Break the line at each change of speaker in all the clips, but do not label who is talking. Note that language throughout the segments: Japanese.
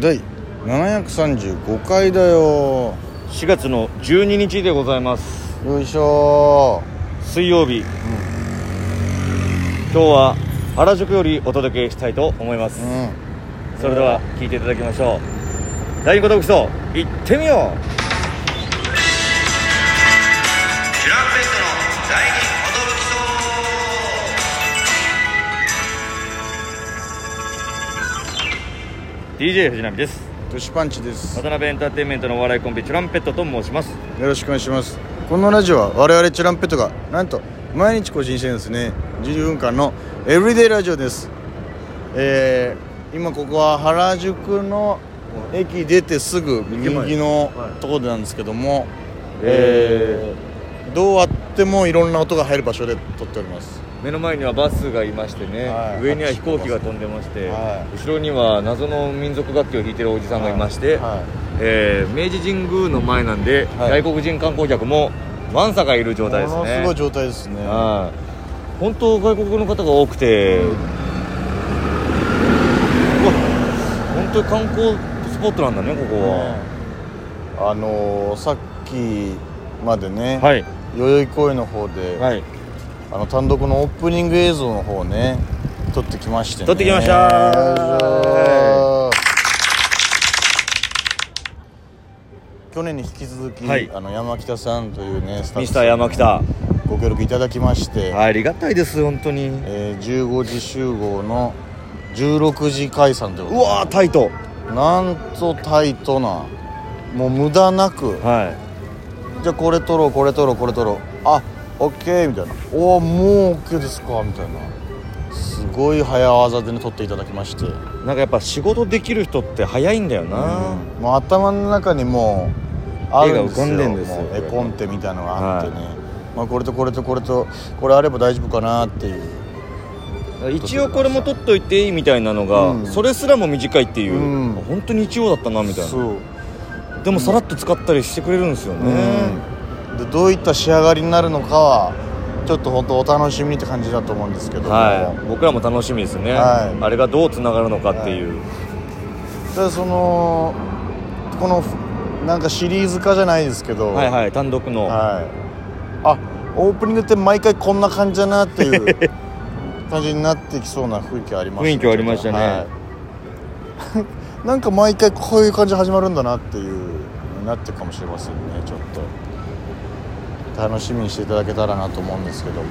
第735回だよ
4月の12日でございます
よいしょ
水曜日、今日は原宿よりお届けしたいと思います、
うん
それでは聞いていただきましょう第5読書行ってみようチュランペットの第 DJ 藤波です
トシパンチですよ
渡辺エンターテインメントのお笑いコンビチュランペットと申します
ろしくお願いしますこのラジオは我々チュランペットがなんと毎日更新してるんですね12分間のエブリデイラジオですえー、今ここは原宿の駅出てすぐ右のところなんですけども、えー、どうあってもいろんな音が入る場所で撮っております
目の前にはバスがいましてね、
はい
上には飛行機が飛んでまして、
は
後ろには謎の民族楽器を弾いてるおじさんがいまして、
はい
えー明治神宮の前なんで、
はい
外国人観光客もわんさかいる状態です
ものす
ね
ごい状態ですね
はい本当外国の方が多くて、うわ本当に観光スポットなんだねここは、
あのーさっきまでね、
はい
代々木公園の方で、
はい
あの単独のオープニング映像の方をね撮ってきましてね
撮ってきました
よいしょ去年に引き続き、
はい
あの山北さんというねスタッ
ミ
フ
ス
さ
タ
ん
ー
に
山北
ご協力いただきまして、
ありがたいです本当に
えー15時集合の16時解散という
う
こ
わータイト
となんとタイトなもう無駄なく
はい
じゃあこれ取ろうこれ取ろうこれ取ろうあオッケーみたいなおおもうオッケーですかみたいなすごい早技でね取っていただきまして、
なんかやっぱ仕事できる人って早いんだよな、
もう頭の中にもうあるんですよ
絵が浮かんでんですよ
もう絵コンテみたいなのがあってね、まあ、これとこれとこれとこれあれば大丈夫かなっていう
一応これも取っといていいみたいなのが、
うん
それすらも短いっていう、
うん
本当に一応だったなみたいな
そう、
でもさらっと使ったりしてくれるんですよね、
うんでどういった仕上がりになるのかはちょっと本当お楽しみにって感じだと思うんですけども、
はい僕らも楽しみですね、
はい
あれがどうつながるのかっていう、
ただそのこのなんかシリーズ化じゃないですけど
はい、はい単独の、
はいあオープニングって毎回こんな感じだなっていう 感じになってきそうな雰囲気あります
雰囲気ありましたね
い なんか毎回こういう感じで始まるんだなっていうのになってるかもしれませんねちょっと楽しみにしていただけたらなと思うんですけども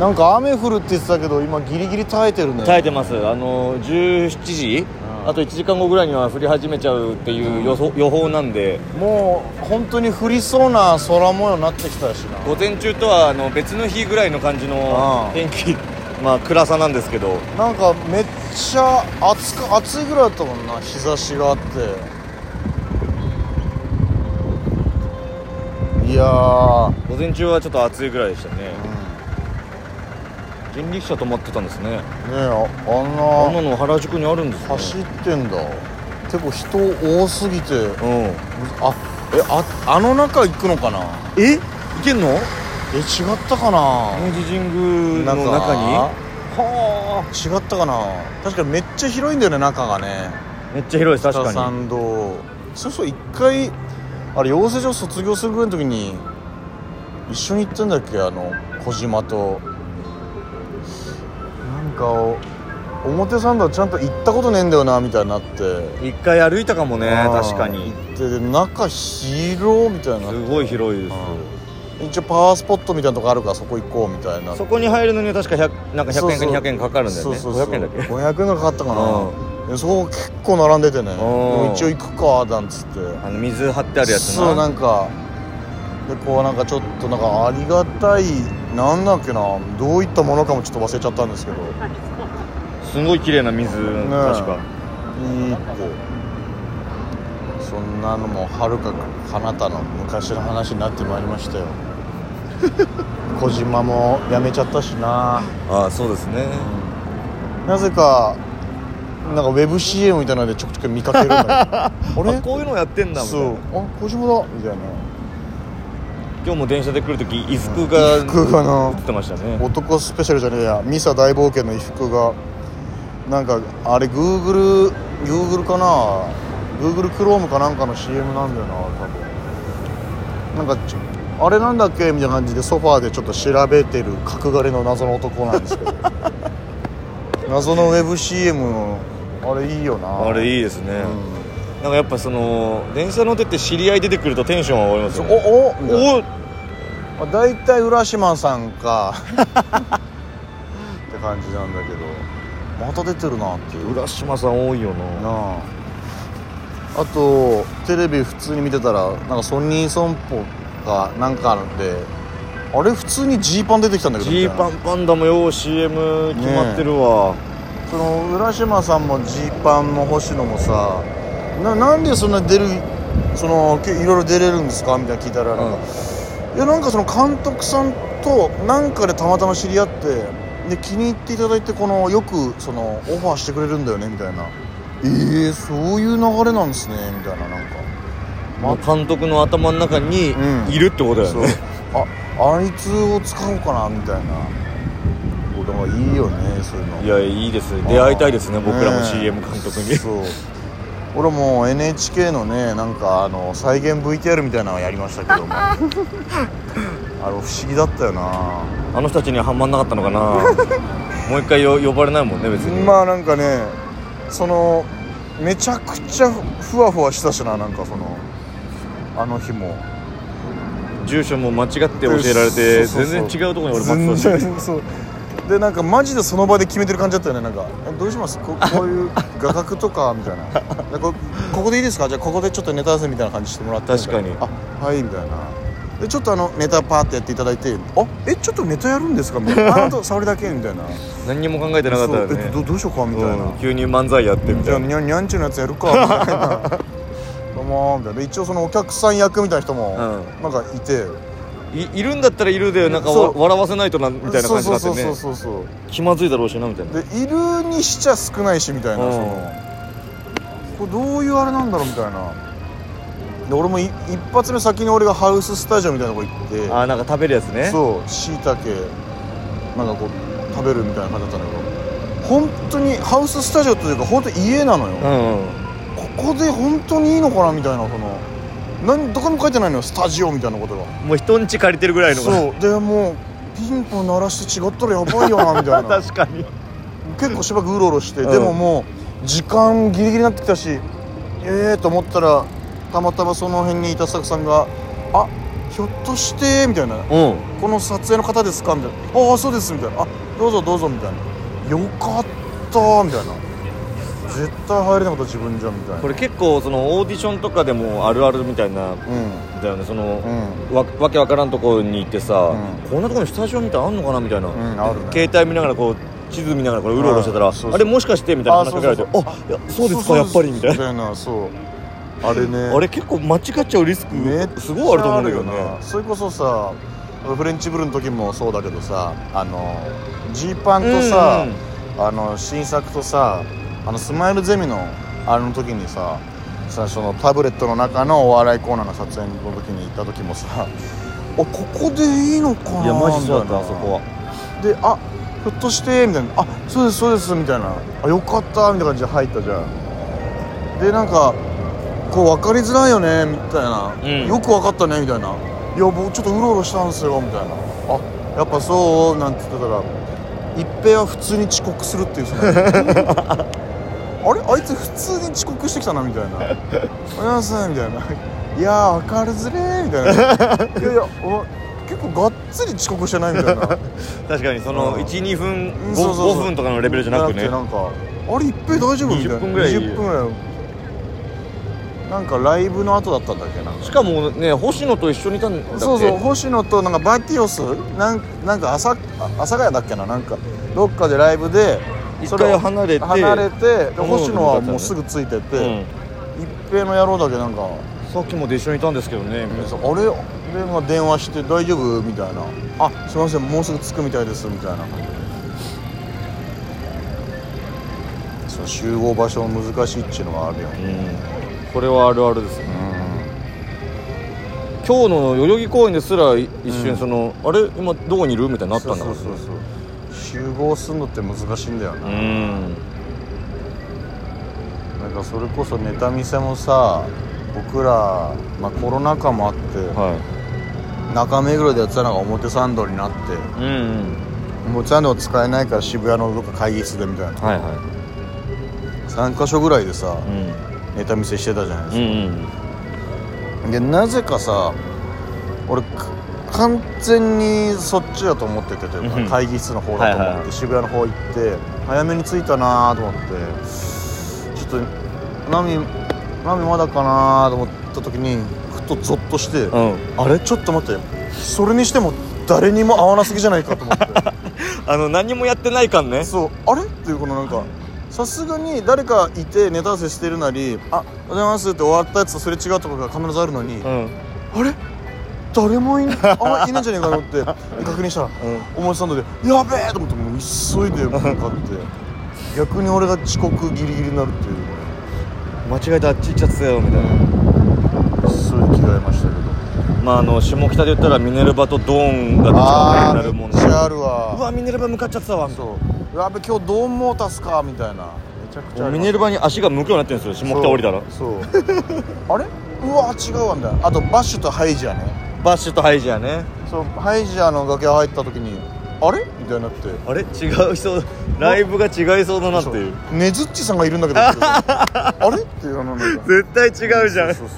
なんか雨降るって言ってたけど今ギリギリ耐えてるね
耐えてますあの17時、
うん
あと1時間後ぐらいには降り始めちゃうっていう予想予報なんで
もう本当に降りそうな空模様になってきたしな
午前中とはあの別の日ぐらいの感じ
う
の
ん
天気、まあ暗さなんですけど
なんかめっちゃ暑く暑いぐらいだったもんな日差しがあっていやー、
午前中はちょっと暑いぐらいでしたね
う
人力車止まってたんですね
ん、ねえあ
あ
あ
ん
んな
なの原宿にあるんですね
走ってんだ結構人多すぎて
うん
あえああの中行くのかな
え行けんの
え違ったかな
明治神宮の中には
違ったかな確かめっちゃ広いんだよね中がね
あめっちゃ広い確
北
かに
参道そうそう一回あれ養成所卒業するぐらいの時に一緒に行ったんだっけあの小島となんかお表参道ちゃんと行ったことねえんだよなみたいになって
一回歩いたかもね
あー
確かに
行ってで中広みたいな
すごい広いです
一応パワースポットみたいなとこあるからそこ行こうみたいな
そこに入るのには確か100なんか100円か
そうそう
200円かかるんだよね
そうそうそう
500円だっけ
500円がかかったかなでそこ結構並んでてねでも一応行くかなんつって
あの水張ってあるやつ
そうなん
か
んかでこうなんかちょっとなんかありがたいなんだっけなどういったものかもちょっと忘れちゃったんですけどいいって
すごい綺麗な水確か
そんなのもはるか彼方の昔の話になってまいりま したよ小島も辞めちゃったしな
ああそうですね
なぜかなんかウェブ CM みたいなのでちょくちょく見かけるの よあれ
あこういうのやってんだみた
そ
い
う
な
あ小島だみたいな
今日も電車で来るとき伊福が
衣服がな
降ってましたね
男スペシャルじゃねえやミサ大冒険の衣服がなんかあれグーグルグーグルかな Google Chrome かなんかの CM なんだよな多分なんかちあれなんだっけみたいな感じでソファーでちょっと調べてる角刈りの謎の男なんですけ ど謎のウェブ CM のあれいいよな
あれ
い
いいですね、なんかやっぱその電車乗ってって知り合い出てくるとテンション上がりますよね
おおみたいな
お
まあ、大体浦島さんか って感じなんだけどまた出てるなっていう
浦島さん多いよな
なああとテレビ普通に見てたらなんかソニーソンポかなんかであれ普通にジーパン出てきたんだけ
ジ
どみたい
ー
な
パンパンダもよう CM 決まってるわ、
その浦島さんもジーパンも星野もさななんでそんな出るそのけいろいろ出れるんですかみたいな聞いたらなんか、いやなんかその監督さんとなんかでたまたま知り合ってで気に入っていただいてこのよくそのオファーしてくれるんだよねみたいなえー、そういう流れなんですねみたいななんか
もう監督の頭の中に
うん
いるってことだよ
そう
ね、
ああいつを使おうかなみたいなこれはいいよねそういうの
いやいいです出会いたいですね
ね
僕らも CM 監督に、
そう俺も NHK のねなんかあの再現 VTR みたいなのはやりましたけど もあれ不思議だったよな
あの人たちにはハマんなかったのかなもう一回よ呼ばれないもんね別に、
まあなんかねそのめちゃくちゃふわふわしたしななんかそのあの日も
住所も間違って教えられて
そうそうそう
全然違うところに俺待ってた
全
し
然そうでなんかマジでその場で決めてる感じだったよねなんかえどうしますここういう画角とかみたいな でこここでいいですかじゃあここでちょっとネタ合わせみたいな感じしてもらって
確かに
みたいなあはいみたいなでちょっとあのネタパーってやっていただいてあえちょっとネタやるんですかみた いなああと触りだけみたいな
何にも考えてなかったよ
そうえ
ね
どどうしようかみたいな、
うん急に漫才やってみ
じゃ
た
あ
いな
にゃんにゃんちゅうのやつやるかみたいな どうもみたいなで一応そのお客さん役みたいな人も
う
なんかいて、
いいるんだったらいるでなんか
そ
わ
う
笑わせないとなみたいな感じになって
そうそ
ね
うそうそうそう
気まずいだろうしなみたい
で
な
いるにしちゃ少ないしみたいな、
うん
そのこれどういうあれなんだろうみたいなで俺もい一発目先に俺がハウススタジオみたいなとこ行って
あーなんか食べるやつね
そうしいたけなんかこう食べるみたいな感じだったんだけど本当にハウススタジオというか本当家なのよ、
うんうん
ここで本当にいいのかなみたいなそのなんどこにも書いてないのよスタジオみたいなことが
もう人ん家借りてるぐらいのが
そうでもうピンポン鳴らして違ったらやばいよなみたいな
確かに
結構しばらくうろうろして、
うん
でももう時間ギリギリになってきたしええー、と思ったらたまたまその辺にいたスタッフさんが「あひょっとして」みたいな
うん
「この撮影の方ですか?」みたいな「ああそうです」みたいな「あどうぞどうぞ」みたいな「よかった」みたいな「絶対入れなかった自分じゃん」みたいな
これ結構そのオーディションとかでもあるあるみたいな
うん
だよねその、
う
わわけわからんとこに行ってさ、
うん
こんなとこにスタジオみたいなのあんのかなみたいな、
んあるね
携帯見ながらこう地図見ながらこれうろうろしてたら、
うんそうそう
あれもしかしてみたいな話しかけられて
あ
あいやそうですかやっぱりみたい
み
な
たいなそうあれね
あれ結構間違っちゃうリスク、
めっちゃ
すごいあると思うんだけど
あるよな
ね
それこそさフレンチブルの時もそうだけどさあのジーパンとさ、あの新作とさあのスマイルゼミのあの時にささそのタブレットの中のお笑いコーナーの撮影の時に行った時もさあここでいいのかない
やマジそうだったあ
み
そ
いな
こは
で「あひょっとして」みたいな「あそうですそうです」みたいな「あよかった」みたいな感じで入ったじゃんでなんかこう分かりづらいよねみたいな、
うん
よく分かったねみたいな「いや僕ちょっとうろうろしたんですよ」みたいな「あやっぱそう」なんて言ってたら一平は普通に遅刻するっていうその あれあいつ普通に遅刻してきたなみたいな「おはようございます」みたいな「いやー分かりづれー」みたいな「いやいやお前結構がっつり遅刻してない」みたいな。
確かにそ
う
の
ん
12分
うん
5,
そうそうそう
分とかのレベルじゃなくね
なんかあれ一平大丈夫みたいな
20分ぐらい
20分ぐらいなんかライブの後だったんだっけな
しかもね星野と一緒にいたんだっけ
そうそう星野となんかバティオスなんなんか朝あ朝ヶ谷だっけななんかどっかでライブで
一
それ
回離れて
離れてで
うん
星野はもうすぐついてて、
うん
一平の野郎だけなんか、
さっきまで一緒にいたんですけどねみたいな
あれで、まあ、電話して「大丈夫?」みたいな「あすいませんもうすぐ着くみたいです」みたいなその集合場所難しいっちゅうのはあるよ
うんこれはあるあるですね
う
今日の代々木公園ですらい一
う
瞬
ん
その、あれ今どこにいるみたいになったんだから
そうそうそうそう集合するのって難しいんだよな,、
うん
なんなんかそれこそネタ見せもさ僕ら、まあ、コロナ禍もあって、
は
中目黒でやってたのが表参道になって
いうんうん
表参道使えないから渋谷のどっか会議室でみたいな
はいは
3か所ぐらいでさ
いうん
ネタ見せしてたじゃないです
う
か、
んうん
でなぜかさ俺か完全にそっちだと思っててという
う
か
ん
会議室の方だと思って、
はいはい
渋谷の方行って早めに着いたなと思ってちょっと波波まだかなと思った時にふとゾッとして、
うん
あれちょっと待ってそれにしても誰にも合わなすぎじゃないかと思って
あの何もやってない感ね
そうあれっていうこのなんかさすがに誰かいてネタ合わせしてるなり「あおはようございます」って終わったやつとすれ違うとこが必ずあるのに、
うん
あれ誰もいんあいないんじゃねえかなと思 って確認したら
う
表参道で「やべえ!」と思ってもう急いで向か って逆に俺が遅刻ギリギリになるっていう
間違えてあっち行っちゃってたよみたいな
そういう着替えましたけど
まああの下北で言ったらミネルヴァとドーンがどっちか
あ
にな
あ
る
め
も
っ
ん
ち
ね
ゃある
う
わ
わミネルヴァ向かっちゃってたわみたい
そうやべ今日ドーンモータスかみたいなめちゃくちゃ
な
あり
ミ
まし
ネルヴァに足が向くようになってるんです
た
よ下北降りたら
そうそうあれうわ違うわみたいなあとバッシュとハイジャーね
バッシュとハイジやね
そうハイジャーの楽屋入った時にあれみたいになって
あれ違う人ライブが違いそうだなっていう
そうねずっちさんがいるんだけどあれっていうあのなんか
絶対違うじゃん
そうそう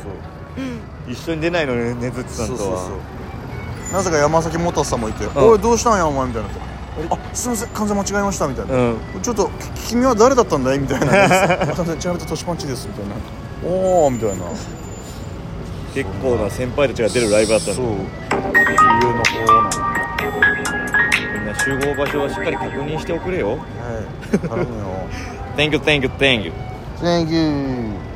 一緒に出ないのねねずっち
そ
さ
うん
と
そう
は
そうそうなぜか山崎モータスさんもいて「
ん
おいどうしたんやお前」みたいになって「あすいません完全間違えました」みたいな
うん
「ちょっとき君は誰だったんだい?」み たいな「完全ちなみに年パンチです」みたいな「おお」みたいな
結構な先輩たちが出るライブだったんで
そう理由の方なのは
みんな集合場所はしっかり確認しておくれよ
い頼むよ
Thank you, thank you, thank you
Thank you